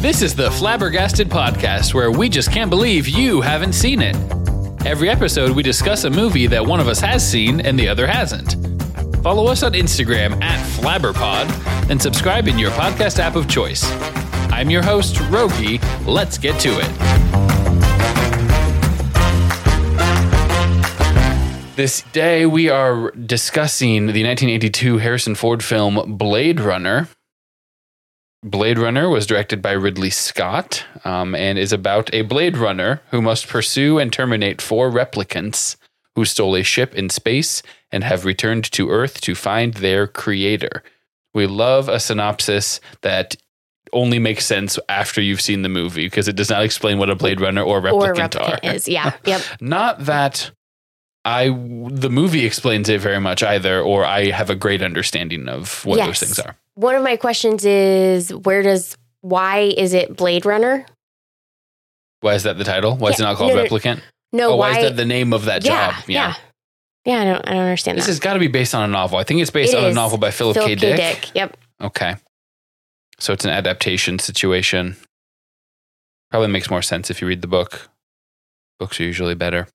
This is the Flabbergasted Podcast, where we just can't believe you haven't seen it. Every episode, we discuss a movie that one of us has seen and the other hasn't. Follow us on Instagram at FlabberPod and subscribe in your podcast app of choice. I'm your host, Rogi. Let's get to it. This day, we are discussing the 1982 Harrison Ford film Blade Runner. Blade Runner was directed by Ridley Scott um, and is about a Blade Runner who must pursue and terminate four replicants who stole a ship in space and have returned to Earth to find their creator. We love a synopsis that only makes sense after you've seen the movie because it does not explain what a Blade Runner or or replicant, replicant are. is. Yeah. Yep. Not that I the movie explains it very much either, or I have a great understanding of what Yes. those things are. One of my questions is where does why is it Blade Runner? Why is that the title? Why is it Yeah, not called no, no, Replicant? No, oh, why, is that the name of that yeah, job? yeah. Yeah, I don't I don't understand This that. has got to be based on a novel. I think it's based It on a is. novel by Philip, K. Dick. Yep. Okay. So it's an adaptation situation. Probably makes more sense if you read the book. Books are usually better.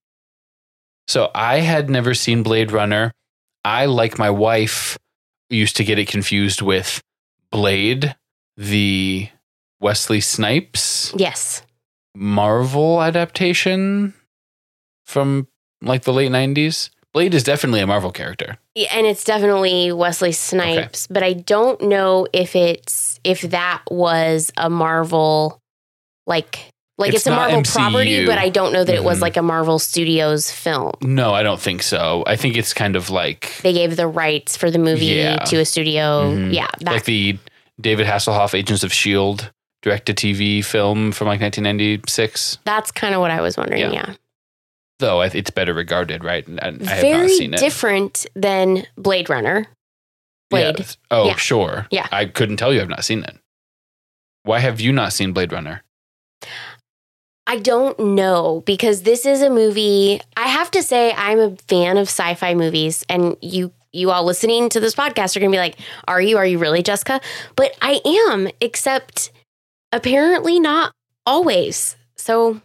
So I had never seen Blade Runner. I, like my wife, used to get it confused with Blade, the Wesley Snipes Yes. Marvel adaptation from like the late 90s. Blade is definitely a Marvel character. Yeah, and it's definitely Wesley Snipes, but I don't know if it's if that was a Marvel like like It's it's, a not Marvel MCU. property, but I don't know that it Mhm. was like a Marvel Studios film. No, I don't think so. I think it's kind of like They gave the rights for the movie Yeah. to a studio. Mhm. Yeah, back like the David Hasselhoff Agents of Shield direct to TV film from like 1996. That's kind of what I was wondering. Yeah. Yeah, Though I- it's better regarded, right? And I, I have not very seen it. different than Blade Runner. Blade. Yeah. Oh, Yeah. sure. Yeah. I couldn't tell you I've not seen it. Why have you not seen Blade Runner? I don't know because this is a movie. I have to say, I'm a fan of sci-fi movies, and you you all listening to this podcast are going to be like, "Are you? Are you really, Jessica?" But I am, except apparently not always. So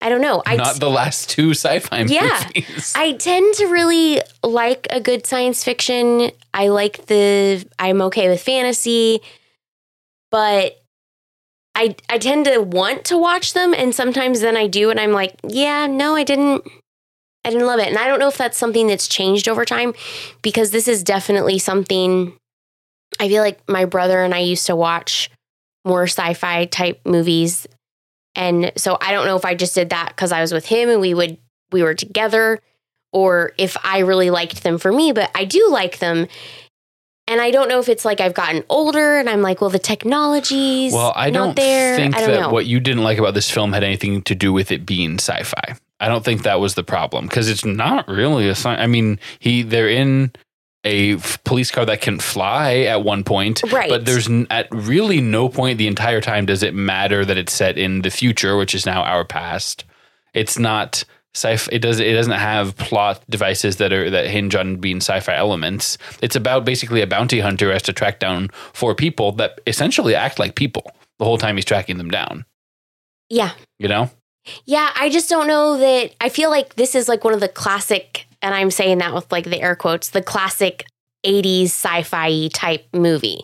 I don't know. I not the last two sci-fi Yeah. movies. I tend to really like a good science fiction. I like the I'm okay with fantasy, but I I tend to want to watch them and sometimes then I do and I'm like, yeah, no, I didn't I didn't love it. And I don't know if that's something that's changed over time because this is definitely something I feel like my brother and I used to watch more sci-fi type movies. And so I don't know if I just did that cuz I was with him and we would we were together or if I really liked them for me, but I do like them. And I don't know if it's like I've gotten older and I'm like, well, the technology's well, I not don't there. think I don't that know. what you didn't like about this film had anything to do with it being sci-fi. I don't think that was the problem because it's not really a sci. I mean, he they're in a f- police car that can fly at one point, Right. But there's n- at really no point the entire time does it matter that it's set in the future, which is now our past. It's not sci-fi. It does. It doesn't have plot devices that are that hinge on being sci-fi elements. It's about basically a bounty hunter who has to track down four people that essentially act like people the whole time he's tracking them down. yeah. You know, Yeah, I just don't know that. I feel like this is like one of the classic, and I'm saying that with like the air quotes, the classic 80s sci fi type movie.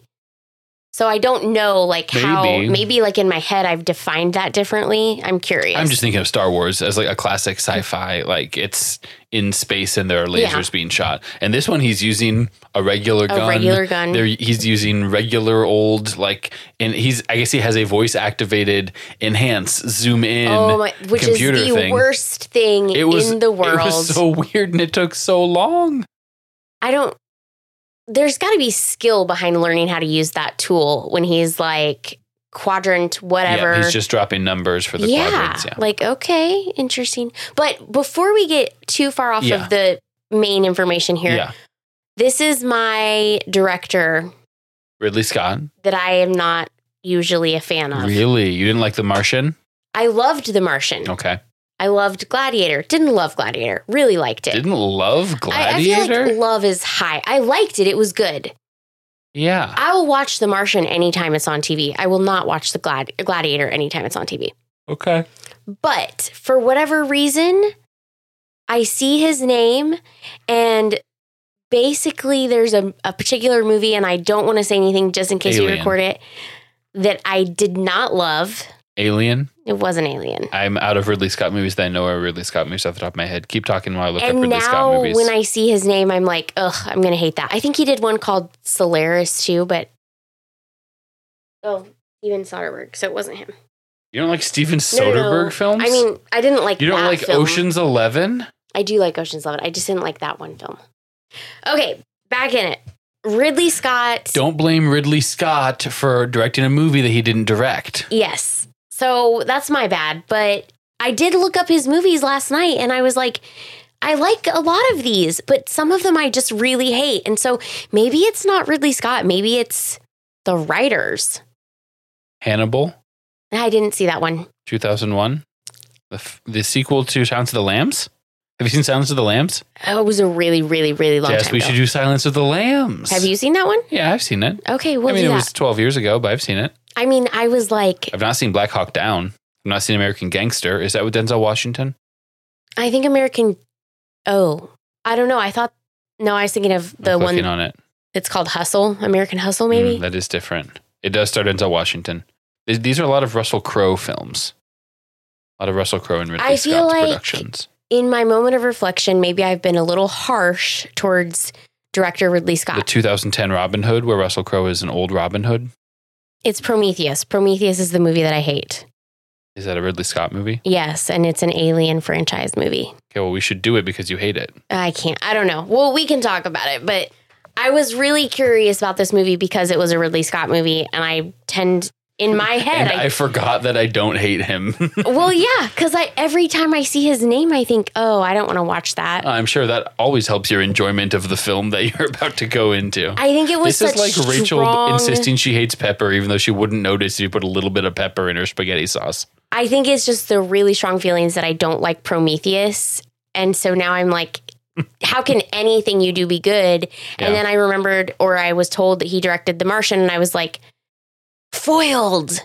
So I don't know like how, Maybe. maybe like in my head, I've defined that differently. I'm curious. I'm just thinking of Star Wars as like a classic sci-fi. Like it's in space and there are lasers Yeah. being shot, and this one he's using a regular a gun. regular gun. There, he's using regular old like, and he's I guess he has a voice activated enhance zoom in. oh my, which is computer the thing. worst thing it was in the world. It was so weird, and it took so long. I don't. There's got to be skill behind learning how to use that tool when he's like quadrant whatever. Yeah, he's just dropping numbers for the quadrants. Yeah, Like, okay, interesting. But before we get too far off Yeah. of the main information here, yeah. this is my director Ridley Scott. that I am not usually a fan of. Really, you didn't like The Martian? I loved The Martian. Okay, I loved Gladiator. Didn't love Gladiator. Really liked it. didn't love I, I Gladiator. feel like love is high. I liked it. It was good. Yeah. I will watch The Martian anytime it's on TV. I will not watch The Glad- Gladiator anytime it's on TV. Okay. But for whatever reason, I see his name, and basically, there's a, a particular movie, and I don't want to say anything just in case we Alien. record it, that I did not love. Alien. It was an alien. I'm out of Ridley Scott movies that I know are Ridley Scott movies off the top of my head. Keep talking while I look up and Ridley Scott now, movies. when I see his name, I'm like, ugh, I'm going to hate that. I think he did one called Solaris, too, but. Oh, Steven Soderbergh. So it wasn't him. you don't like Steven No, Soderbergh no, no. films? I mean, I didn't like you don't that like film. Ocean's Eleven? I do like Ocean's Eleven. I just didn't like that one film. Okay, back in it. Ridley Scott. Don't blame Ridley Scott for directing a movie that he didn't direct. Yes. So that's my bad. But I did look up his movies last night and I was like, I like a lot of these, but some of them I just really hate. And so maybe it's not Ridley Scott. Maybe it's the writers. Hannibal, I didn't see that one. 2001. The, f- the sequel to Silence of the Lambs. Have you seen Silence of the Lambs? Oh, it was a really, really, really long yes, time we ago. should do Silence of the Lambs. Have you seen that one? Yeah, I've seen it. Okay, we'll I mean, do it that. was 12 years ago, but I've seen it. I mean, I was like, I've not seen Black Hawk Down. I've not seen American Gangster. Is that with Denzel Washington? I think American. Oh, I don't know. I thought. No, I was thinking of the I'm one clicking on it. that's called Hustle, American Hustle, maybe. Mm, that is different. It does start Denzel Washington. Th- These are a lot of Russell Crowe films. A lot of Russell Crowe and Ridley I feel Scott's like- productions. In my moment of reflection, maybe I've been a little harsh towards director Ridley The Scott. 2010 Robin Hood, where Russell Crowe is an old Robin Hood. it's Prometheus. Prometheus is the movie that I hate. Is that a Ridley Scott movie? Yes, and it's an alien franchise movie. Okay, well, we should do it because you hate it. I can't. I don't know. Well, we can talk about it, but I was really curious about this movie because it was a Ridley Scott movie, and I tend in my head and I, forgot that I don't hate him. well, yeah, because I every time I see his name, I think, oh, I don't want to watch that. I'm sure that always helps your enjoyment of the film that you're about to go into. I think it was This is such like Rachel strong, insisting she hates pepper, even though she wouldn't notice if you put a little bit of pepper in her spaghetti sauce. I think it's just the really strong feelings that I don't like Prometheus, and so now I'm like, how can anything you do be good? Yeah. And then I remembered, or I was told that he directed The Martian, and I was like, foiled,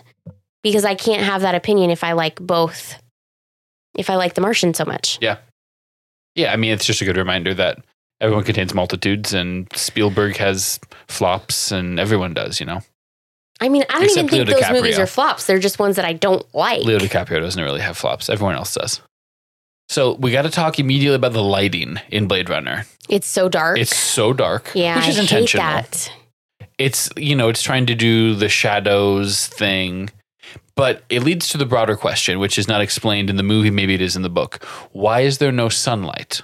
because I can't have that opinion if I like both. If I like The Martian so much, Yeah, I mean, it's just a good reminder that everyone contains multitudes, and Spielberg has flops, and everyone does, you know? I mean, I don't Except even think Leo those movies DiCaprio. are flops. They're just ones that I don't like. Leo DiCaprio doesn't really have flops, everyone else does. So we got to talk immediately about the lighting in Blade Runner. It's so dark. It's so dark, Yeah, which is I intentional. hate that. It's you know, it's trying to do the shadows thing, but it leads to the broader question, which is not explained in the movie. Maybe it is in the book. Why is there no sunlight?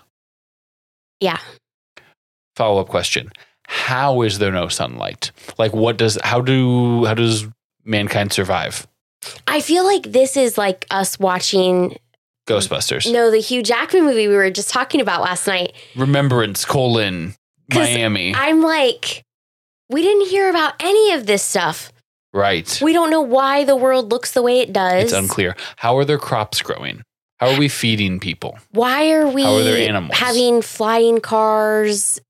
Yeah. Follow up question: How is there no sunlight? Like, what does how do how does mankind survive? I feel like this is like us watching Ghostbusters, no the Hugh Jackman movie we were just talking about last night. Remembrance: colon 'Cause Miami, I'm like we didn't hear about any of this stuff. right? We don't know why the world looks the way it does. It's unclear. How are their crops growing? How are we feeding people? Why are we How are there animals? having flying cars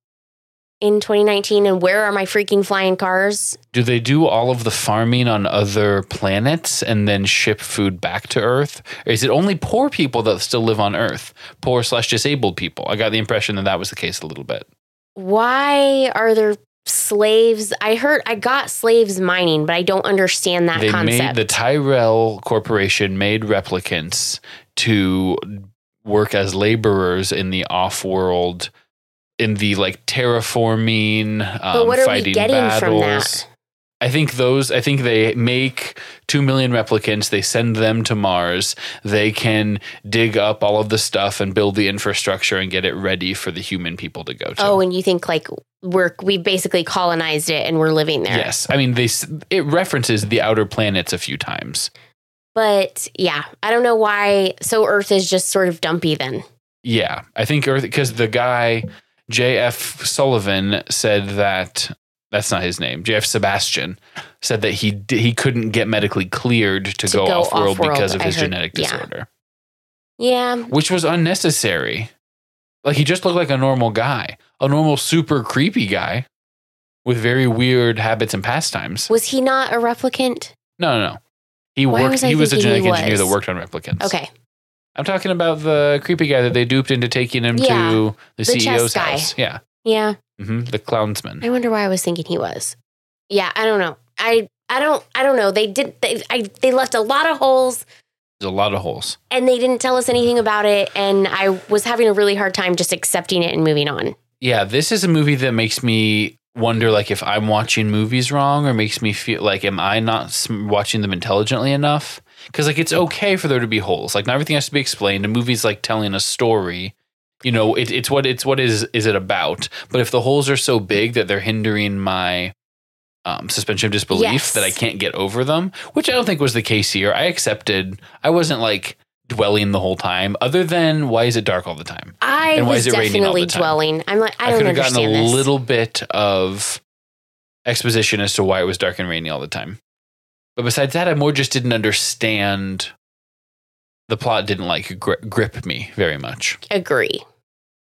in 2019 and where are my freaking flying cars? Do they do all of the farming on other planets and then ship food back to Earth? Or is it only poor people that still live on Earth? Poor slash disabled people. I got the impression that that was the case a little bit. Why are there slaves? I heard I got slaves mining, but I don't understand that they concept. made the Tyrell Corporation made replicants to work as laborers in the off-world, in the like terraforming, um, but what are we fighting getting battles. from that? I think those. I think they make two million replicants. They send them to Mars. They can dig up all of the stuff and build the infrastructure and get it ready for the human people to go to. Oh, and you think like we're we basically colonized it and we're living there. yes. I mean, they. s- It references the outer planets a few times. But yeah, I don't know why so Earth is just sort of dumpy then. Yeah, I think Earth because the guy J.F. Sullivan said that that's not his name. J.F. Sebastian said that he d- he couldn't get medically cleared to, To go, go off world off-world, because of I his heard. genetic Yeah. disorder. Yeah. which was unnecessary. Like he just looked like a normal guy, a normal super creepy guy. with very weird habits and pastimes. Was he not a replicant? No, no, no. He Why worked. was I he was a thinking he genetic engineer that was? worked on replicants. Okay. I'm talking about the creepy guy that they duped into taking him Yeah, to the, the CEO's chess guy. house. Yeah. Yeah. hmm The clownsman. I wonder why I was thinking he was. Yeah, I don't know. I I don't I don't know. They did they I they left a lot of holes There's a lot of holes. and they didn't tell us anything about it and I was having a really hard time just accepting it and moving on. Yeah, this is a movie that makes me wonder like if I'm watching movies wrong or makes me feel like am I not s- watching them intelligently enough? Cuz like it's okay for there to be holes. Like not everything has to be explained. A movie's like telling a story. You know, it, it's what it's what is is it about? But if the holes are so big that they're hindering my um, suspension of disbelief Yes. that I can't get over them, which I don't think was the case here. I accepted. I wasn't like dwelling the whole time. Other than why is it dark all the time? I And why is was it raining all definitely the time? dwelling. I'm like I don't could have gotten understand a this. little bit of exposition as to why it was dark and rainy all the time. But besides that, I more just didn't understand. The plot didn't like gri- grip me very much. Agree.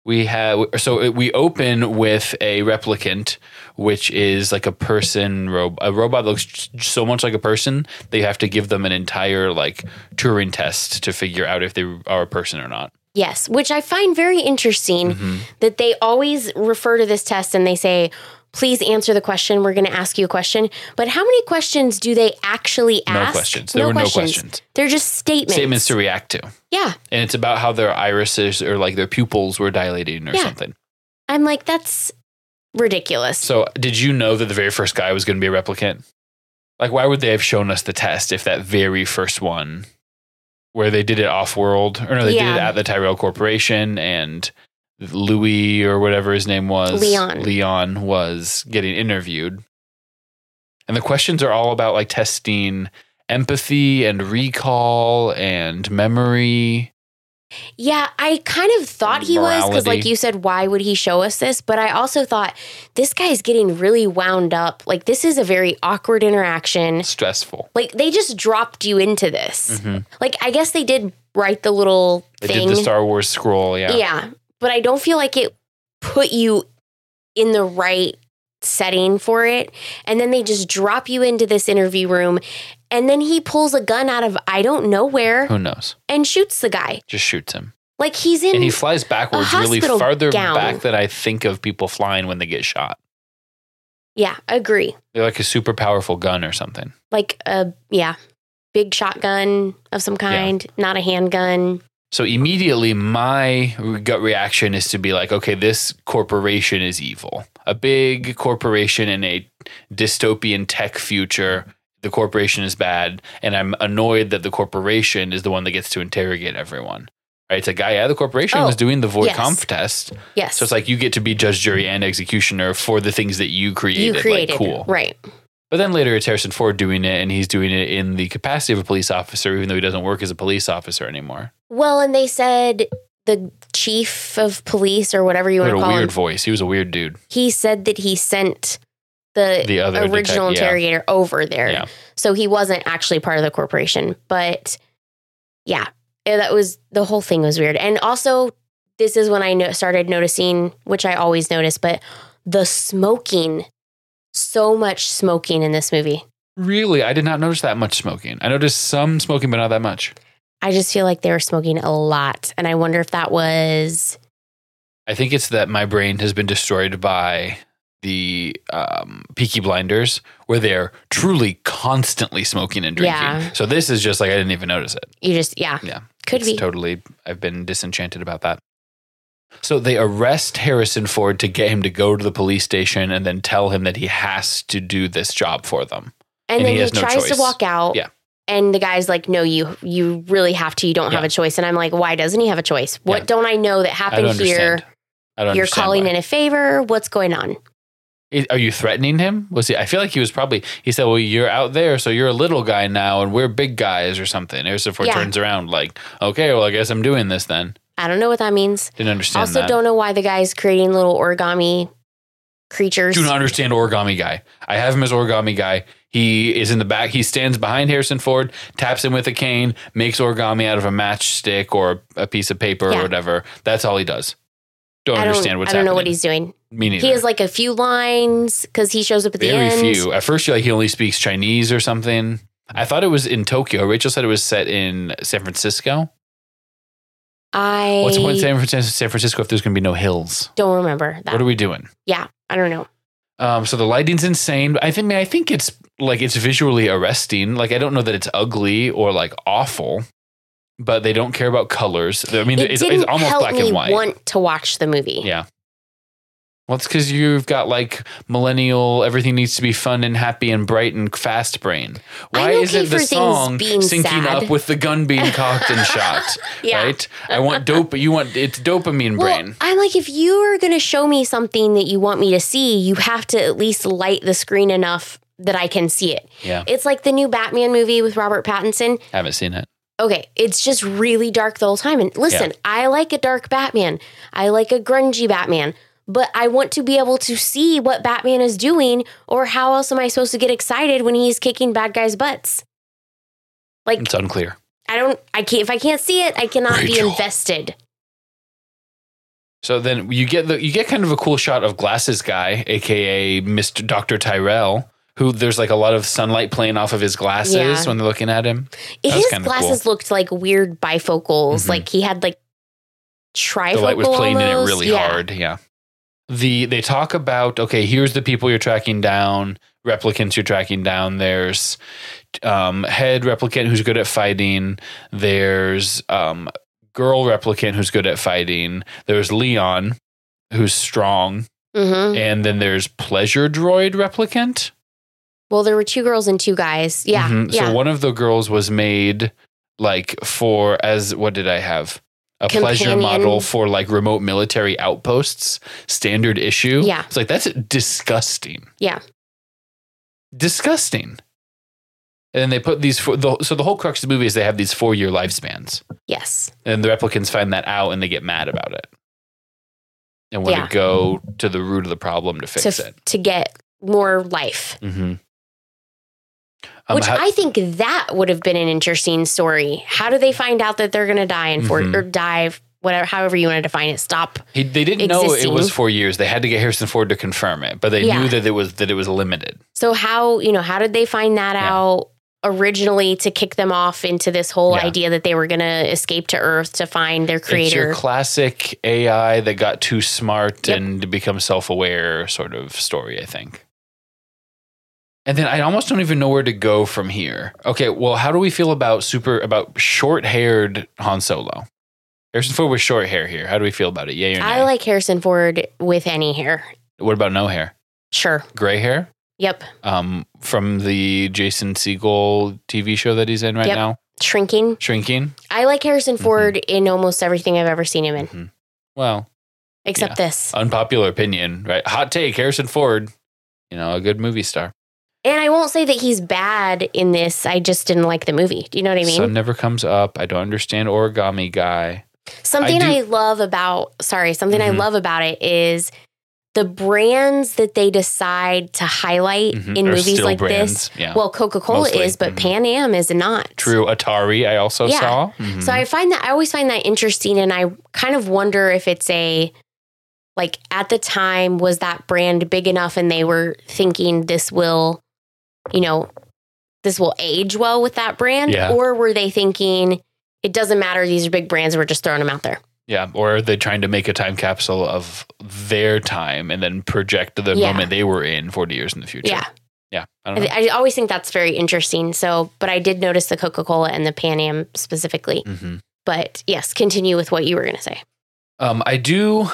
We have so we open with a replicant, which is like a person robot. A robot that looks so much like a person. They have to give them an entire like Turing test to figure out if they are a person or not. Yes, which I find very interesting Mhm. that they always refer to this test and they say, "Please answer the question. We're going to ask you a question." But how many questions do they actually No ask? questions. There were no questions. They're just statements. Statements to react to. yeah, and it's about how their irises or like their pupils were dilating or Yeah. something. I'm like, that's ridiculous. So, did you know that the very first guy was going to be a replicant? Like, why would they have shown us the test if that very first one, where they did it off world, or no, they did it Yeah. at the Tyrell Corporation and Louis or whatever his name was, Leon. Leon was getting interviewed. And the questions are all about like testing empathy and recall and memory. yeah, I kind of thought he was because, like Morality. you said, why would he show us this? But I also thought this guy's getting really wound up. Like, this is a very awkward interaction. Stressful. Like, they just dropped you into this. Mhm. Like, I guess they did write the little They thing. did the Star Wars scroll. yeah. but I don't feel like it put you in the right setting for it. And then they just drop you into this interview room. And then he pulls a gun out of I don't know where Who knows? and shoots the guy. Just shoots him. Like he's in. And he flies backwards really hospital farther gown. back than I think of people flying when they get shot. yeah, agree. They're like a super powerful gun or something. Like a yeah, big shotgun of some kind, not a handgun. So immediately my gut reaction is to be like, okay, this corporation is evil. A big corporation in a dystopian tech future. The corporation is bad, and I'm annoyed that the corporation is the one that gets to interrogate everyone. Right? It's a guy yeah, the corporation Oh, was doing the Voight yes. Kampf test. Yes, So it's like you get to be judge, jury, and executioner for the things that you you created. created Like, cool. right? But then later it's Harrison Ford doing it, and he's doing it in the capacity of a police officer, even though he doesn't work as a police officer anymore. Well, and they said the chief of police or whatever you He want had to a call weird him. voice. He was a weird dude. He said that he sent the, The other original detec- yeah. interrogator over there, Yeah. so he wasn't actually part of the corporation. But yeah, eh, that was the whole thing was weird. And also, this is when I no- started noticing, which I always notice, but the smoking, so much smoking in this movie. Really, I did not notice that much smoking. I noticed some smoking, but not that much. I just feel like they were smoking a lot, and I wonder if that was I think it's that my brain has been destroyed by the um, Peaky Blinders, where they're truly constantly smoking and drinking. Yeah. So this is just like I didn't even notice it. you just yeah Yeah. could It's be totally i've been disenchanted about that so they arrest harrison ford to get him to go to the police station and then tell him that he has to do this job for them and, And then he he, has no tries choice. to walk out. Yeah. And the guy's like, "No, you you really have to. You don't have Yeah. a choice." And I'm like, "Why doesn't he have a choice? What Yeah. don't I know that i don't happened here? understand i don't You're understand calling why. in a favor. What's going on?" Is- are you threatening him was he i feel like he was probably he said well you're out there so you're a little guy now and we're big guys or something harrison ford Yeah. turns around like okay well i guess i'm doing this then I don't know what that means. didn't understand also, that don't know why the guy's creating little origami creatures. do not understand origami guy. I have him as origami guy. He is in the back. He stands behind Harrison Ford, taps him with a cane, makes origami out of a matchstick or a piece of paper Yeah. or whatever. That's all he does. Don't, I don't, understand what's I don't know what happening. he's doing. Me neither. He has like a few lines because he shows up at the very end. few. At first, you're like he only speaks Chinese or something. I thought it was in Tokyo. Rachel said it was set in San Francisco. I What's the point of San Fran- San Francisco if there's going to be no hills? don't remember that. What are we doing? I don't know. Um, so the lighting's insane. I think I think it's like it's visually arresting. Like I don't know that it's ugly or like awful, but they don't care about colors. I mean, it it's, didn't it's almost help black me and white. want to watch the movie. Yeah. Well, it's because you've got like millennial. Everything needs to be fun and happy and bright and fast brain. I'm Why okay isn't for the things song being syncing sad. up with the gun being cocked and shot? Yeah. Right. I want dope. You want it's dopamine Well, brain. I'm like, if you are going to show me something that you want me to see, you have to at least light the screen enough that I can see it. Yeah. It's like the new Batman movie with Robert Pattinson. Haven't seen it. Okay, it's just really dark the whole time. And listen, I like a dark Batman. I like a grungy Batman, but I want to be able to see what Batman is doing, or how else am I supposed to get excited when he's kicking bad guys' butts? Like, It's unclear. I don't, I can't, if I can't see it, I cannot Rachel. be invested. So then you get the you get kind of a cool shot of glasses guy, aka Mr. Doctor Tyrell, who there's like a lot of sunlight playing off of his glasses Yeah. when they're looking at him. That was His kinda glasses looked like weird bifocals. Mhm. Like he had like trifocals. the light was playing in it really yeah. hard. Yeah. The they talk about okay, here's the people you're tracking down, replicants you're tracking down. There's um, head replicant who's good at fighting. There's um, girl replicant who's good at fighting. There's Leon who's strong, hmm and then there's pleasure droid replicant. Well, there were two girls and two guys. Yeah. Mhm. Yeah. So one of the girls was made like for as what did I have? A pleasure Companion. model for like remote military outposts, standard issue. Yeah. It's like that's disgusting. Yeah. Disgusting. And then they put these four, the, so the whole crux of the movie is they have these four year lifespans. yes. And the replicants find that out and they get mad about it and want Yeah. to go to the root of the problem to To, fix f- it. to get more life, Mm-hmm. Um, which how- I think that would have been an interesting story. How do they find out that they're going to die in four Mhm. or dive, whatever, however you want to define it? Stop. He, they didn't know existing. it was four years. They had to get Harrison Ford to confirm it, but they Yeah. knew that it was that it was limited. So how you know how did they find that Yeah. out originally to kick them off into this whole Yeah. idea that they were going to escape to Earth to find their It's creator? your classic AI that got too smart Yep. and become self-aware sort of story, I think. And then I almost don't even know where to go from here. Okay, well, how do we feel about super about short-haired Han Solo? Harrison Ford with short hair here. How do we feel about it? Yay or nay? I like Harrison Ford with any hair. what about no hair? Sure. Gray hair? Yep. Um, from the Jason Segel TV show that he's in right Yep. now, Shrinking. Shrinking. I like Mm-hmm. Harrison Ford in almost everything I've ever seen him in, Mhm. Well, except this. unpopular opinion, right? Hot take, Harrison Ford, you know, a good movie star. And I won't say that he's bad in this. I just didn't like the movie. Do you know what I mean? Sun never comes up. I don't understand origami guy. Something I I, do- love about, sorry, something Mhm. I love about it is the brands that they decide to highlight Mhm. in Are movies still like this. brands. Yeah. Well, Coca Cola Mostly. is, but Mhm. Pan Am is not. True. Atari, I also Yeah. saw. Mhm. So I find that I always find that interesting, and I kind of wonder if it's a like at the time was that brand big enough, and they were thinking this will, you know, this will age well with that brand, Yeah. or were they thinking it doesn't matter? These are big brands, we're just throwing them out there. yeah. Or are they trying to make a time capsule of their time and then project the Yeah. moment they were in 40 years in the future? Yeah, Yeah. I I, don't know. I always think that's very interesting. So, but I did notice the Coca Cola and the Pan Am specifically. Mhm. But yes, continue with what you were going to say. Um, I do.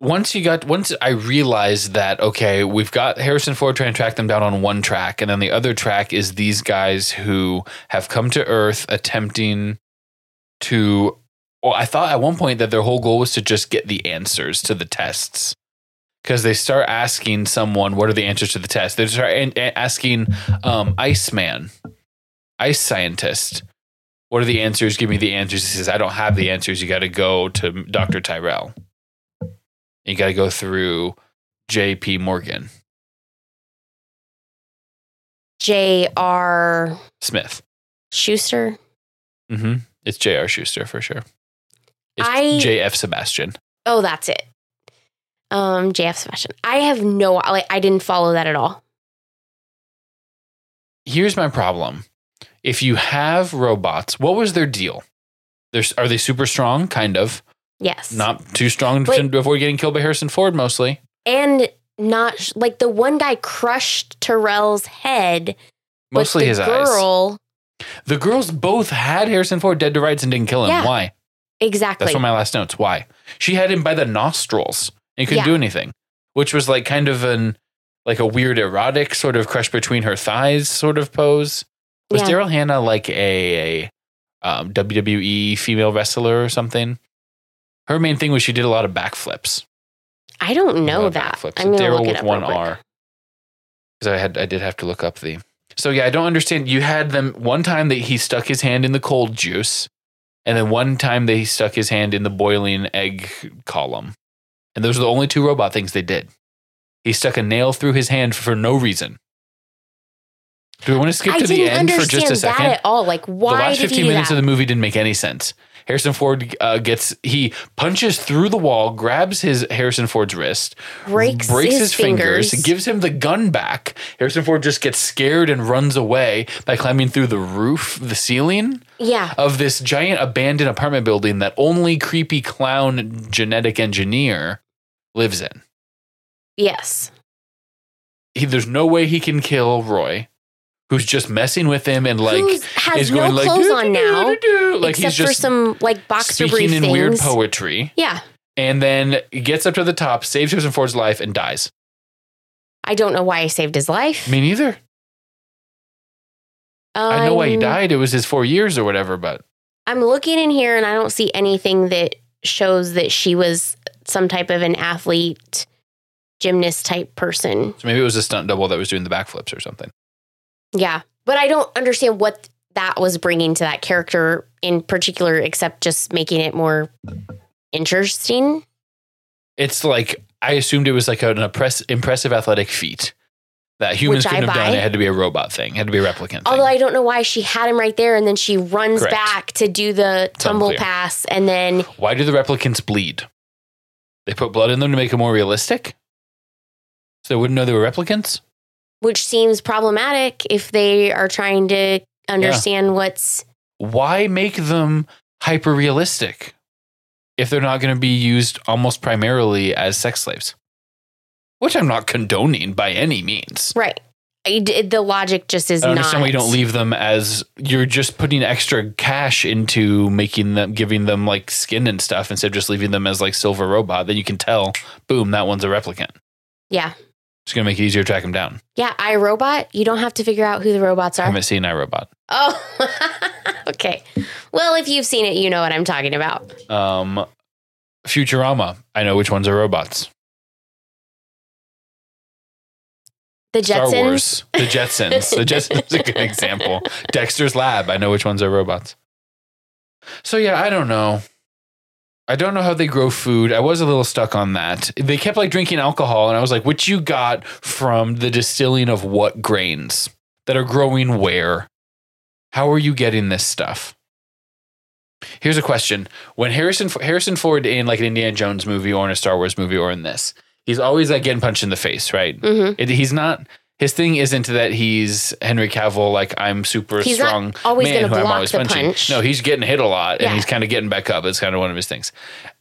Once you got, once I realized that, okay, we've got Harrison Ford trying to track them down on one track, and then the other track is these guys who have come to Earth attempting to. Well, I thought at one point that their whole goal was to just get the answers to the tests. Because they start asking someone, what are the answers to the test? They start an- a- asking um, Iceman, Ice Scientist, what are the answers? Give me the answers. He says, I don't have the answers. You got to go to Dr. Tyrell. You got to go through JP Morgan J.R. Smith. Schuster. Mm-hmm. It's J.R. Schuster for sure. It's I- J.F. Sebastian. Oh, that's it. um, JF's fashion. I have no, like, I didn't follow that at all. Here's my problem. If you have robots, what was their deal? They're, are they super strong? Kind of. Yes. Not too strong But- to avoid getting killed by Harrison Ford mostly. and not sh- like the one guy crushed Terrell's head. but Mostly the his eyes. girl, The girls both had Harrison Ford dead to rights and didn't kill him. Yeah. Why? Exactly. That's one of my last notes. Why? She had him by the nostrils and couldn't Yeah. do anything, which was like kind of an like a weird erotic sort of crush between her thighs sort of pose. Was Yeah. Daryl Hannah like a, a um, WWE female wrestler or something? Her main thing was she did a lot of backflips. I don't A lot know of that. backflips. I'm gonna Daryl look it with up one real quick. R. Because I had I did have to look up the. So yeah, I don't understand. You had them one time that he stuck his hand in the cold juice, and then one time that he stuck his hand in the boiling egg column, and those are the only two robot things they did. He stuck a nail through his hand for no reason. Do we want to skip I to the didn't end for just understand a that second? at all. Like, why the last did 15 he uh, do minutes that? of the movie didn't make any sense. Harrison Ford uh, gets he punches through the wall, grabs his Harrison Ford's wrist, breaks, his, fingers, gives him the gun back. Harrison Ford just gets scared and runs away by climbing through the roof, the ceiling yeah, of this giant abandoned apartment building that only creepy clown genetic engineer lives in. yes, He, there's no way he can kill Roy, who's just messing with him and like Who's- is has no going like clothes on now, "Do-do-do-do-do," like except he's just for some like boxer brief speaking in things. weird poetry, yeah, and then gets up to the top, saves Harrison Ford's life, and dies. I don't know why I saved his life. Me neither. I know why he I'm- died. It was his four years or whatever, but Um, I'm looking in here and I don't see anything that shows that she was some type of an athlete, gymnast type person. so maybe it was a stunt double that was doing the backflips or something. Yeah. But I don't understand what that was bringing to that character in particular, except just making it more interesting. It's like I assumed it was like an oppress- impressive athletic feat that humans Which I couldn't have done. buy. It had to be a robot thing. It had to be a replicant. Although thing. I don't know why she had him right there and then she runs Correct. back to do the tumble unclear. pass and then Why do the replicants bleed? They put blood in them to make them more realistic. So they wouldn't know they were replicants. which seems problematic if they are trying to understand what's Why make them hyper realistic if they're not going to be used almost primarily as sex slaves? Which I'm not condoning by any means. right. I d- the logic just is I don't not understand why you don't leave them as you're just putting extra cash into making them, giving them like skin and stuff instead of just leaving them as like silver robot. Then you can tell, boom, that one's a replicant. Yeah. It's gonna make it easier to track them down. Yeah, iRobot. You don't have to figure out who the robots I are. haven't seen iRobot. Oh, okay. Well, if you've seen it, you know what I'm talking about. Um, Futurama. I know which ones are robots. The Star Jetsons. Wars. The Jetsons. the Jetsons is a good example. Dexter's Lab. I know which ones are robots. So yeah, I don't know. I don't know how they grow food. I was a little stuck on that. They kept like drinking alcohol, and I was like, "What you got from the distilling of what grains that are growing where? How are you getting this stuff?" Here's a question: When Harrison Harrison Ford in like an Indiana Jones movie or in a Star Wars movie or in this, he's always like getting punched in the face, right? Mhm. It, he's not. His thing isn't that he's Henry Cavill, like I'm super He's not strong always man gonna who I'm block always the punching. punch. No, he's getting hit a lot, and Yeah. he's kind of getting back up. It's kind of one of his things.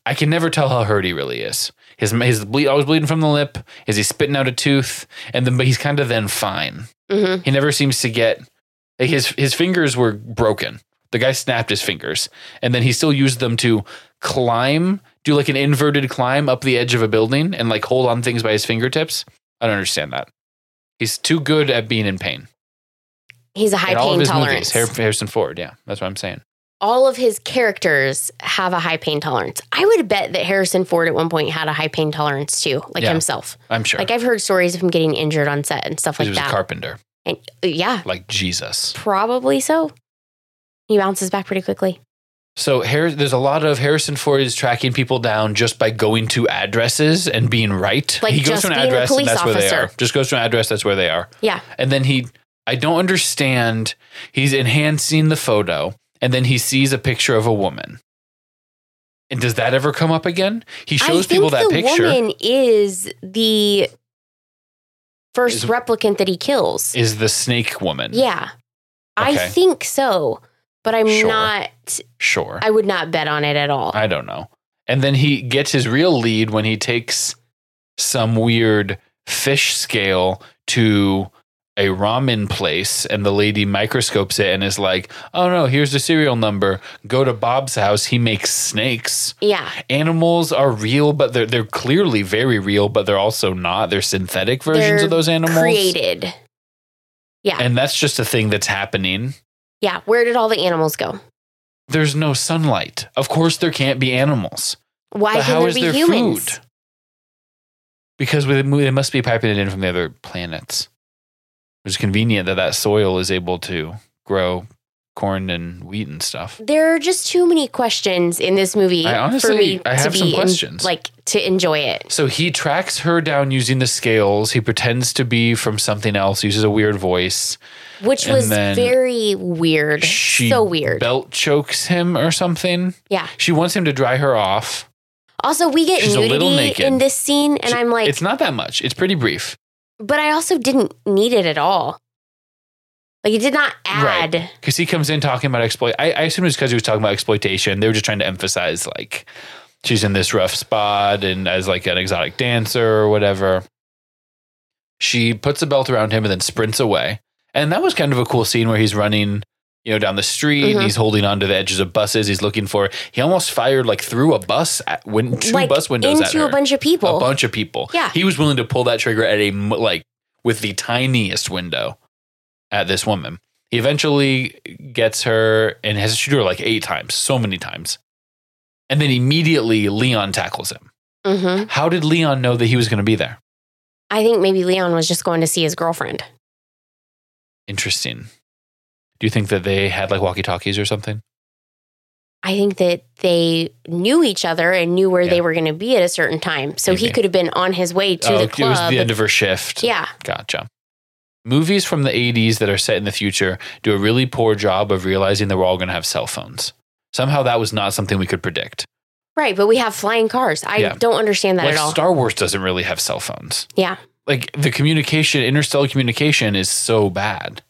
I can never tell how hurt he really is. His his bleed always bleeding from the lip. Is he spitting out a tooth? And then, but he's kind of then fine. Mhm. He never seems to get like his his fingers were broken. The guy snapped his fingers, and then he still used them to climb, do like an inverted climb up the edge of a building, and like hold on things by his fingertips. I don't understand that. He's too good at being in pain. He's a high in all of pain his tolerance. movies, Har- Harrison Ford. Yeah, that's what I'm saying. all of his characters have a high pain tolerance. I would bet that Harrison Ford at one point had a high pain tolerance too, like Yeah. himself. I'm sure. Like I've heard stories of him getting injured on set and stuff he like was a that. carpenter, and uh, yeah, like Jesus. probably so. He bounces back pretty quickly. So Har- there's a lot of Harrison Ford is tracking people down just by going to addresses and being right. Like, he goes just to an being a address police and that's where they officer. are. Just goes to an address, that's where they are. Yeah. And then he, I don't understand. He's enhancing the photo, and then he sees a picture of a woman. And does that ever come up again? He I shows think people that the picture. woman is the first Is- replicant that he kills. is the snake woman. yeah. I Okay. think so, but I'm Sure. not Sure. I would not bet on it at all. I don't know. And then he gets his real lead when he takes some weird fish scale to a ramen place and the lady microscopes it and is like, "Oh no, here's the serial number. Go to Bob's house. He makes snakes. yeah. Animals are real, but they're they're clearly very real, but they're also not. They're synthetic versions They're of those animals. Created. And that's just a thing that's happening. Yeah. Where did all the animals go? There's no sunlight. Of course there can't be animals. Why but can how there is be there humans? food? Because we, they must be piping it in from the other planets. It's convenient that that soil is able to grow corn and wheat and stuff. There are just too many questions in this movie I for honestly- me I to have be some in- questions. like to enjoy it. So he tracks her down using the scales. He pretends to be from something else, uses a weird voice. Which And was then very weird. she So weird. Belt chokes him or something. Yeah. She wants him to dry her off. also, we get She's a little nudity in naked. this scene, and She- I'm like, it's not that much, it's pretty brief. but I also didn't need it at all. Like it did not add. because he comes in talking about exploit. I, I assume it's because he was talking about exploitation. They were just trying to emphasize like she's in this rough spot and as like an exotic dancer or whatever. She puts a belt around him and then sprints away. And that was kind of a cool scene where he's running, you know, down the street. and Mhm. He's holding onto the edges of buses. He's looking for. He almost fired like through a bus at win, two like bus windows into at her. a bunch of people. a bunch of people. Yeah. he was willing to pull that trigger at a m- like with the tiniest window at this woman. He eventually gets her and has to shoot her like eight times, so many times. And then immediately Leon tackles him. hmm How did Leon know that he was going to be there? I think maybe Leon was just going to see his girlfriend. Interesting. Do you think that they had like walkie talkies or something? I think that they knew each other and knew where Yeah. they were going to be at a certain time. So he Maybe. could have been on his way to the Oh, it was club. the end of her shift. yeah. Gotcha. Movies from the 80s that are set in the future do a really poor job of realizing that we're all going to have cell phones. Somehow that was not something we could predict. Right, but we have flying cars. I Yeah. don't understand that Like at all. Star Wars doesn't really have cell phones. Yeah. Like the communication, interstellar communication is so bad.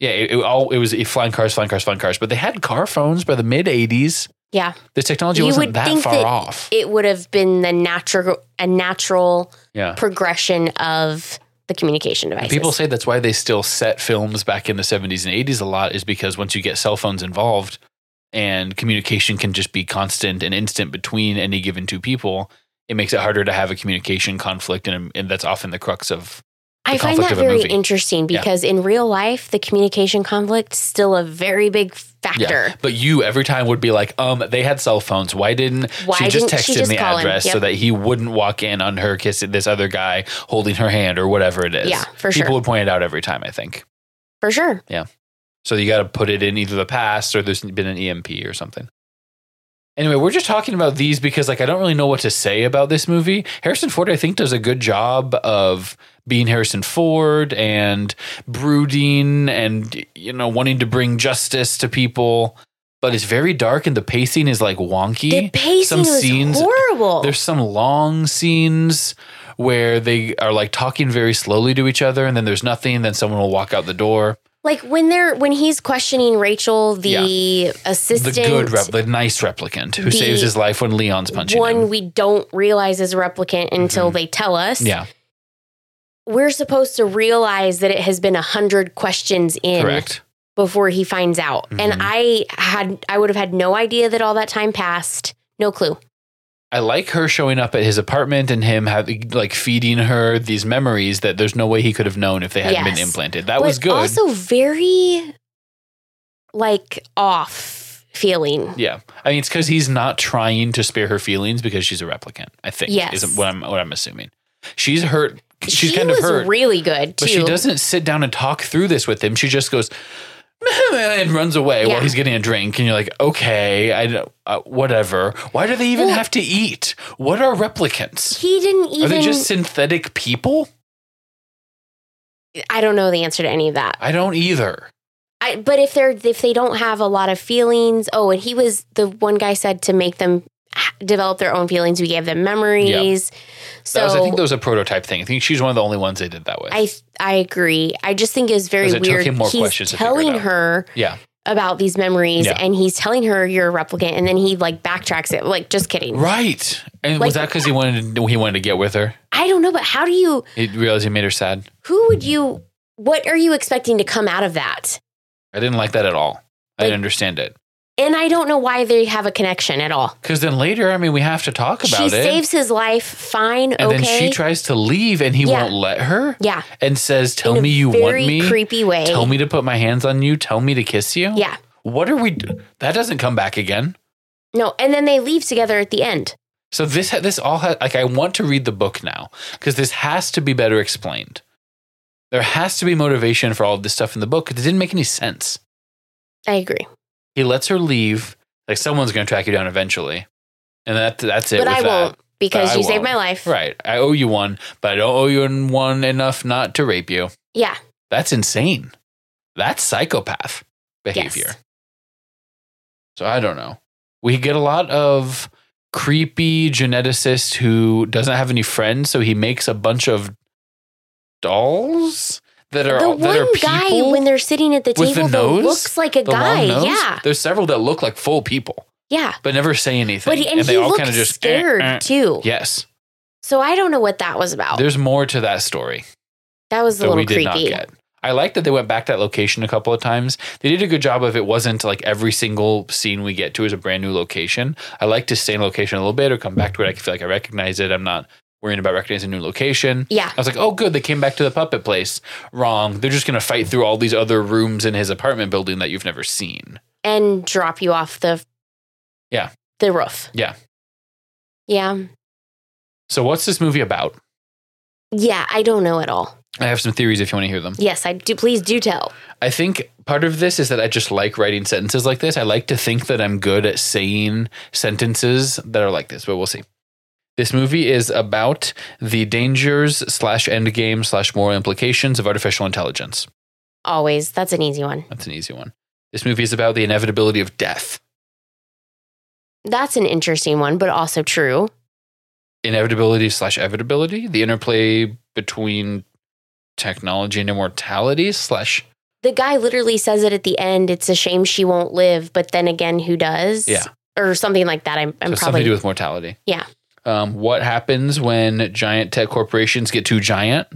Yeah, it, it all it was it, flying cars, flying cars, flying cars. But they had car phones by the mid 80s. Yeah. The technology You wasn't would that think far that- off. it would have been the natural a natural yeah. progression of the communication And devices. People say that's why they still set films back in the 70s and 80s a lot, is because once you get cell phones involved and communication can just be constant and instant between any given two people, it makes it harder to have a communication conflict. And, and that's often the crux of I the find conflict that of a very movie. interesting Yeah. because in real life, the communication conflict still a very big factor. But you every time would be like, um, they had cell phones. Why didn't Why she just didn't text she him just the call him? address so Yep. that he wouldn't walk in on her kissing this other guy holding her hand or whatever it is? Yeah, for People sure. would point it out every time, I think. For sure. So you got to put it in either the past or there's been an EMP or something. Anyway, we're just talking about these because like I don't really know what to say about this movie. Harrison Ford I think does a good job of being Harrison Ford and brooding and you know wanting to bring justice to people, but it's very dark and the pacing is like wonky The pacing some was scenes- horrible. there's some long scenes where they are like talking very slowly to each other and then there's nothing then someone will walk out the door Like when they're when he's questioning Rachel, the assistant the good rep the nice replicant who The saves his life when leon's punching one him we don't realize is a replicant until Mhm. they tell us. yeah We're supposed to realize that it has been a hundred questions in correct before he finds out. Mhm. And I had I would have had no idea that all that time passed. No clue. i like her showing up at his apartment and him having like feeding her these memories that there's no way he could have known if they hadn't been Yes. implanted that but was good Also very like off feeling. yeah i mean it's because he's not trying to spare her feelings because she's a replicant i think Yes. is what i'm what i'm assuming she's hurt she's she kind was of hurt really good too. But she doesn't sit down and talk through this with him. She just goes and runs away while Yeah. he's getting a drink, and you're like, okay, I don't, uh, whatever. Why do they even Well- have to eat? What are replicants? he didn't even Are they just synthetic people? I don't know the answer to any of that. I don't either. I, but if they're if they don't have a lot of feelings, oh, and he was the one guy said to make them h- develop their own feelings. We gave them memories. So that was, I think that was a prototype thing. I think she's one of the only ones they did that with. I I agree. I just think it's very 'Cause it took weird. him more he's questions to figure it telling out. her yeah. about these memories, Yeah. and he's telling her you're a replicant, and then he like backtracks it. Like, just kidding. Right. And was that Like- because he wanted to, he wanted to get with her? I don't know, but how do you? He realized he made her sad. Who would you? What are you expecting to come out of that? I didn't like that at all. I Like- didn't understand it. And I don't know why they have a connection at all. Because then later, I mean, we have to talk She about it. saves his life. Fine. and okay. then she tries to leave, and he Yeah. won't let her. yeah. And says, in "Tell a me you want very me. Creepy way. Tell me to put my hands on you. Tell me to kiss you." Yeah. What are we? d- That doesn't come back again. No. And then they leave together at the end. So this ha- this all ha- like I want to read the book now because this has to be better explained. There has to be motivation for all of this stuff in the book. 'cause It didn't make any sense. I agree. He lets her leave. Like someone's going to track you down eventually, and that that's it. but with I that. won't because I you saved won't. my life. Right. I owe you one, but I don't owe you one enough not to rape you. Yeah. That's insane. That's psychopath behavior. Yes. So I don't know. We get a lot of creepy geneticist who doesn't have any friends, so he makes a bunch of dolls that are the that are one guy people when they're sitting at the with the table that nose, looks like a the long guy. nose. Yeah. There's several that look like full people, Yeah. but never say anything. But he, and, he kinda looked scared Oh. eh, eh. too. Yes. So I don't know what that was about. There's more to that story. that was a that little we did not creepy. get. I like that they went back to that location a couple of times. They did a good job of it wasn't like every single scene we get to is a brand new location. I like to stay in a location a little bit or come back to it. I feel like I recognize it. I'm not worrying about recognizing a new location. Yeah. I was like, oh, good. They came back to the puppet place. Wrong. They're just going to fight through all these other rooms in his apartment building that you've never seen. And drop you off the Yeah. The roof. Yeah. Yeah. So, what's this movie about? Yeah, I don't know at all. I have some theories if you want to hear them. Yes, I do please do tell. I think part of this is that I just like writing sentences like this. I like to think that I'm good at saying sentences that are like this, but we'll see. This movie is about the dangers slash endgame slash moral implications of artificial intelligence. Always. That's an easy one. That's an easy one. This movie is about the inevitability of death. That's an interesting one, but also true. Inevitability slash evitability, the interplay between technology and immortality slash The guy literally says it at the end. It's a shame she won't live, but then again, who does? Yeah. Or something like that. I'm, I'm so something probably to do with mortality. Yeah. Um, what happens when giant tech corporations get too giant?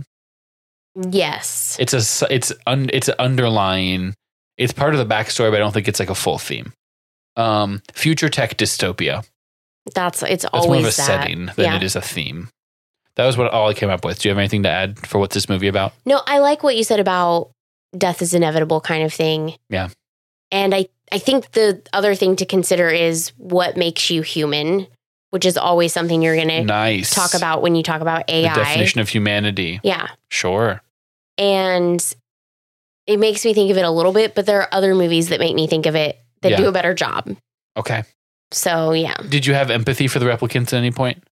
yes. it's a s- it's un, it's an underlying it's part of the backstory but i don't think it's like a full theme um future tech dystopia That's it's that's always more of a that. setting than yeah. it is a theme that was what all i came up with do you have anything to add for what this movie about No, I like what you said about death is inevitable kind of thing. Yeah. And I, I think the other thing to consider is what makes you human, which is always something you're going to nice Eh, talk about when you talk about the AI. definition of humanity Yeah. sure And it makes me think of it a little bit, but there are other movies that make me think of it that Yeah. do a better job. okay So, yeah. did you have empathy for the replicants at any point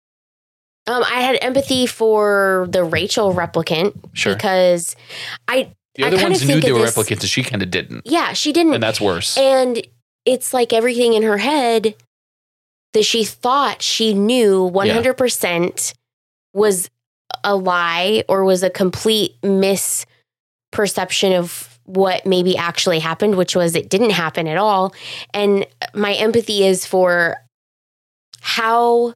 Um, I had empathy for the Rachel replicant sure because I, the I other kinda ones knew think they of were this- replicants and she kind of didn't yeah, she didn't and that's worse And it's like everything in her head that she thought she knew 100% was a lie or was a complete misperception of what maybe actually happened, which was it didn't happen at all. And my empathy is for how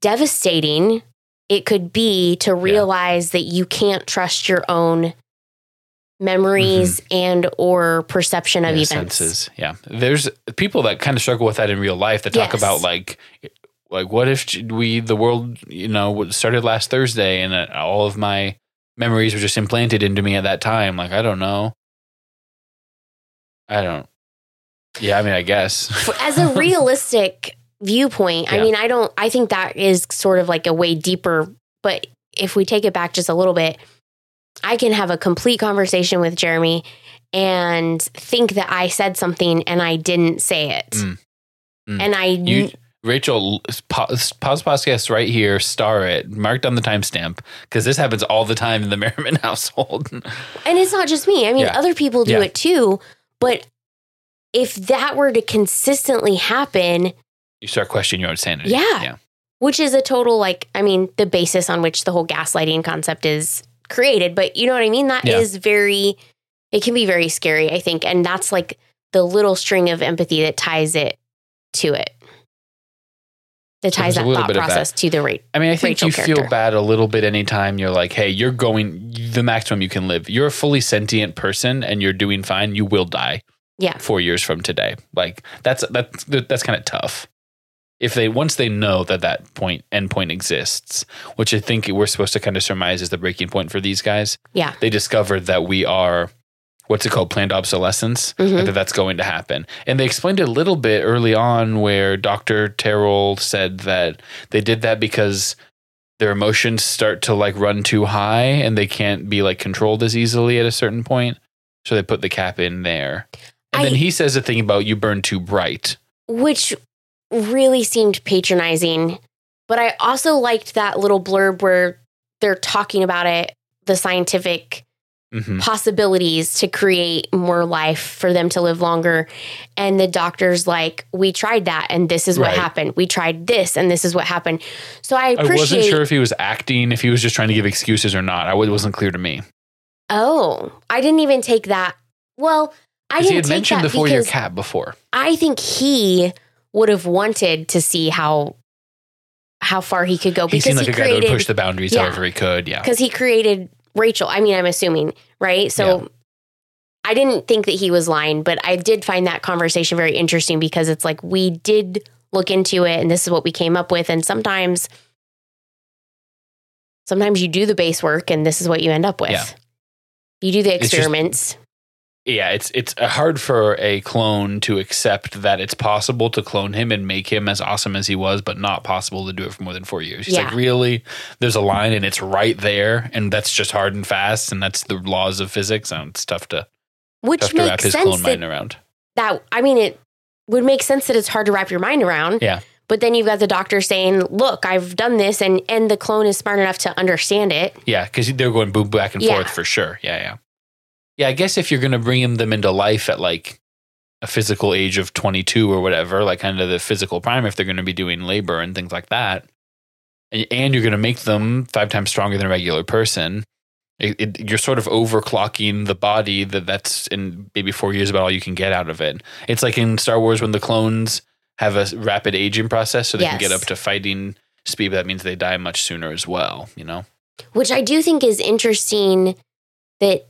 devastating it could be to realize that you can't trust your own memories and or perception of Mm-hmm. Yeah, events. senses. Yeah, there's people that kind of struggle with that in real life. That talk Yes. about like, like what if we the world you know started last Thursday and uh, all of my memories were just implanted into me at that time? Like I don't know. I don't. Yeah, I mean, I guess. For- as a realistic viewpoint, I Yeah. mean, I don't, I think that is sort of like a way deeper, but if we take it back just a little bit, I can have a complete conversation with Jeremy and think that I said something and I didn't say it. Mm. Mm. And I, you, Rachel, pa- pause podcast right here. Star it. Mark down the timestamp because this happens all the time in the Merriman household. and it's not just me. I mean, Yeah. other people do Yeah. it too, But if that were to consistently happen, You start questioning your own sanity. Yeah. Yeah. which is a total like i mean the basis on which the whole gaslighting concept is created but you know what i mean That is Yeah. very it can be very scary i think and that's like the little string of empathy that ties it to it that So ties there's a that little thought bit of that. process to the rate I mean, I think Rachel you feel character. bad a little bit anytime you're like, hey, you're going the maximum you can live. You're a fully sentient person and you're doing fine. You will die. Yeah. Four years from today. Like that's, that's, that's kind of tough. If they, once they know that that point, end point exists, which I think we're supposed to kind of surmise is the breaking point for these guys. Yeah. They discovered that we are, what's it called? Planned obsolescence. Mhm. that that's going to happen. And they explained it a little bit early on where Dr. Terrell said that they did that because their emotions start to like run too high and they can't be like controlled as easily at a certain point. So they put the cap in there. And then I- he says a thing about you burn too bright. which really seemed patronizing. But I also liked that little blurb where they're talking about it, the scientific hmm possibilities to create more life for them to live longer. And the doctor's like, we tried that and this is what Right. happened. We tried this and this is what happened. So I I appreciate wasn't sure if he was acting, if he was just trying to give excuses or not. I w- it wasn't clear to me. Oh, I didn't even take that. Well, I 'Cause didn't he had take mentioned that the four year because cap before. I think he would have wanted to see how how far he could go He Oh, because seemed like he a guy that would created push the boundaries Yeah. however he could. Yeah. because he created Rachel. I mean, I'm assuming, right? So I didn't think that he was lying, but I did find that conversation very interesting because it's like we did look into it and this is what we came up with. And sometimes, sometimes you do the base work and this is what you end up with. Yeah. You do the It's just- experiments. yeah, it's it's uh, hard for a clone to accept that it's possible to clone him and make him as awesome as he was, but not possible to do it for more than four years. He's like, Yeah. really? There's a line, and it's right there, and that's just hard and fast, and that's the laws of physics, and it's tough to tough which to wrap makes his clone sense mind that, around. that, I mean, it would make sense that it's hard to wrap your mind around. Yeah. But then you've got the doctor saying, look, I've done this and, and the clone is smart enough to understand it. Yeah, because they're going boom back and Yeah. forth for sure. Yeah, yeah, yeah. I guess if you're going to bring him them into life at like a physical age of 22 or whatever, like kind of the physical prime, if they're going to be doing labor and things like that, and, and you're going to make them five times stronger than a regular person. It, it, you're sort of overclocking the body that that's in maybe four years about all you can get out of it. It's like in Star Wars when the clones have a rapid aging process, so they can get Yes. up to fighting speed. But that means they die much sooner as well. You know. which I do think is interesting that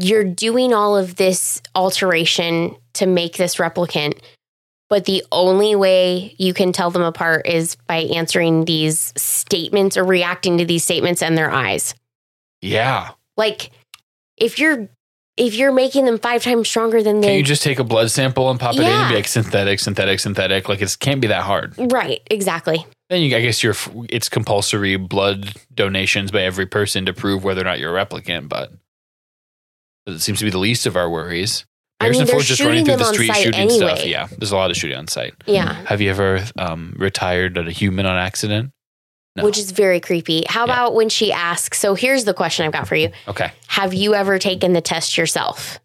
you're doing all of this alteration to make this replicant, but the only way you can tell them apart is by answering these statements or reacting to these statements and their eyes. Yeah. Like if you're if you're making them five times stronger than Can they you just take a blood sample and pop it in and be Yeah. like synthetic, synthetic, synthetic? Like it can't be that hard. Right, exactly. Then you, I guess you're f- it's compulsory blood donations by every person to prove whether or not you're a replicant, but it seems to be the least of our worries. I mean, Harrison they're Ford's just running shooting through them the on street site shooting stuff. anyway. Yeah, there's a lot of shooting on site. Yeah. Have you ever um, retired a human on accident? No. Which is very creepy. How Yeah. about when she asks? So here's the question I've got for you. Okay. Have you ever taken the test yourself?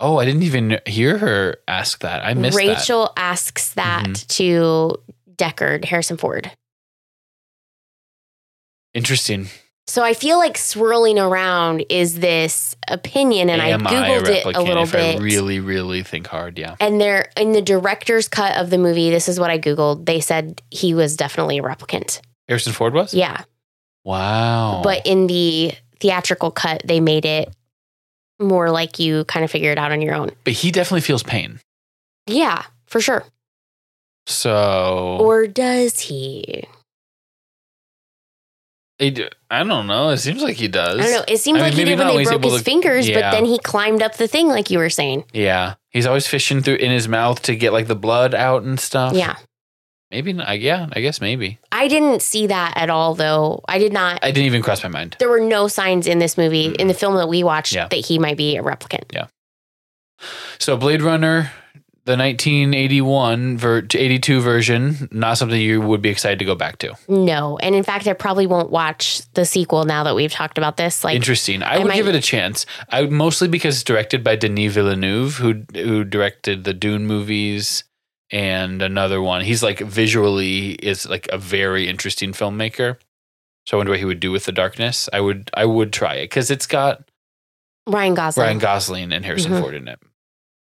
Oh, I didn't even hear her ask that. I missed that. Mm-hmm. Rachel asks that to Deckard, Harrison Ford. Interesting. So I feel like swirling around is this opinion, and Am I I a googled it a replicant little if I bit. really, really think hard? Yeah. and they're in the director's cut of the movie. This is what I googled. They said he was definitely a replicant. Harrison Ford was? Yeah, Wow. but in the theatrical cut, they made it more like you kind of figure it out on your own. but he definitely feels pain. Yeah, for sure. So Or does he? It- I don't know. It seems like he does. I don't know. It seemed I mean, like he maybe did when not they when he's broke able his to- fingers, yeah. but then he climbed up the thing, like you were saying. Yeah, he's always fishing through in his mouth to get like the blood out and stuff. Yeah. maybe. Not, yeah, I guess maybe. I didn't see that at all, though. I did not. I didn't even cross my mind. There were no signs in this movie, in the film that we watched, Yeah. that he might be a replicant. So Blade Runner, the 1981 ver- to 82 version, not something you would be excited to go back to. No. And in fact, I probably won't watch the sequel now that we've talked about this. Like, Interesting. I, I would might- give it a chance. I would, mostly because it's directed by Denis Villeneuve, who who directed the Dune movies and another one. He's like visually is like a very interesting filmmaker. So I wonder what he would do with the darkness. I would I would try it because it's got Ryan Gosling. Ryan Gosling and Harrison Mhm. Ford in it.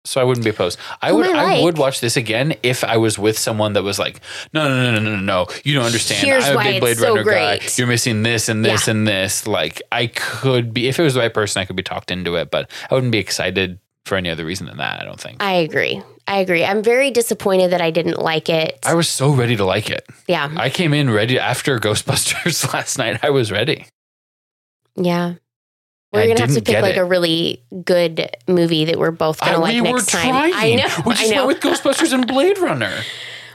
So I wouldn't be opposed. I Who would I I, like. would watch this again if I was with someone that was like, no, no, no, no, no, no, no. You don't understand. Here's I'm a why big it's Blade so Runner guy. great." You're missing this and this and this. Like I could be if it was the right person, I could be talked into it, but I wouldn't be excited for any other reason than that, I don't think. I, I agree. I agree. I'm very disappointed that I didn't like it. was so ready to like it. yeah. I came in ready after Ghostbusters last night. I was ready. Yeah. We're I gonna have to didn't pick get like it. a really good movie that we're both gonna I, like we were next time. trying. I know, We just I know. went with Ghostbusters and Blade Runner.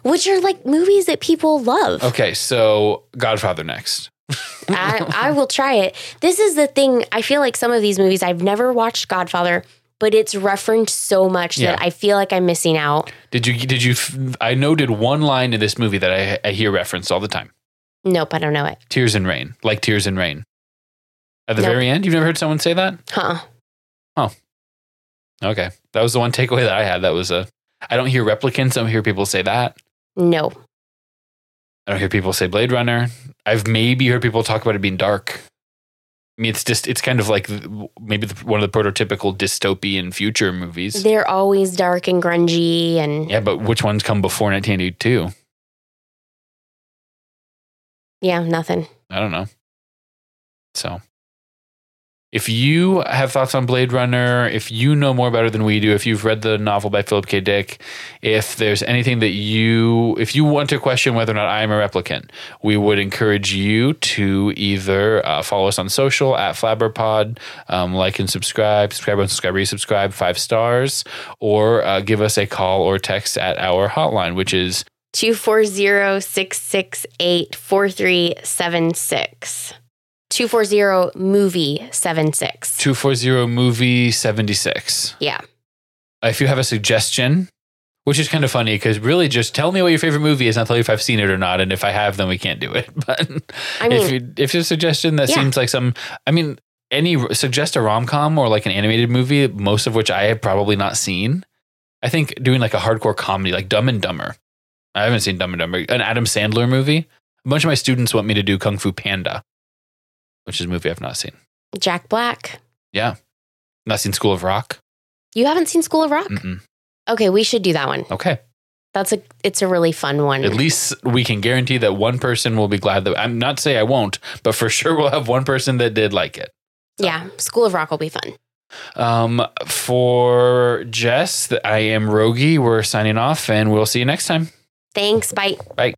Which are like movies that people love. Okay, so Godfather next. I, I will try it. This is the thing. I feel like some of these movies I've never watched Godfather, but it's referenced so much Yeah. that I feel like I'm missing out. Did you? Did you? f- I noted one line in this movie that I, I hear referenced all the time: Nope, I don't know it. "Tears in rain," like "Tears in rain." At the Nope. very end, you've never heard someone say that. Huh. Okay, that was the one takeaway that I had. That was a. I don't hear replicants. I don't hear people say that. No. I don't hear people say Blade Runner. I've maybe heard people talk about it being dark. I mean, it's just it's kind of like the- maybe the, one of the prototypical dystopian future movies. They're always dark and grungy and yeah, but which ones come before 1982? yeah, nothing. I don't know. So, if you have thoughts on Blade Runner, if you know more about it than we do, if you've read the novel by Philip K. Dick, if there's anything that you, if you want to question whether or not I am a replicant, we would encourage you to either uh, follow us on social at FlabberPod, um, like and subscribe, subscribe, unsubscribe, resubscribe, five stars, or uh, give us a call or text at our hotline, which is 240 668 4376. 240 movie 76. 240 movie 76. Yeah. If you have a suggestion, which is kind of funny because really just tell me what your favorite movie is and I'll tell you if I've seen it or not. And if I have, then we can't do it. But I if, mean, you, if there's a suggestion that Yeah. seems like some, I mean, any suggest a rom com or like an animated movie, most of which I have probably not seen. I think doing like a hardcore comedy, like Dumb and Dumber. I haven't seen Dumb and Dumber, an Adam Sandler movie. A bunch of my students want me to do Kung Fu Panda, which is a movie I've not seen. Jack Black. Not seen School of Rock. You haven't seen School of Rock? Mm-mm. Okay, we should do that one. Okay. That's a it's a really fun one. At least we can guarantee that one person will be glad that I'm not say I won't, but for sure we'll have one person that did like it. Yeah, School of Rock will be fun. Um, for Jess, I am Rogi. We're signing off, and we'll see you next time. Thanks, bye.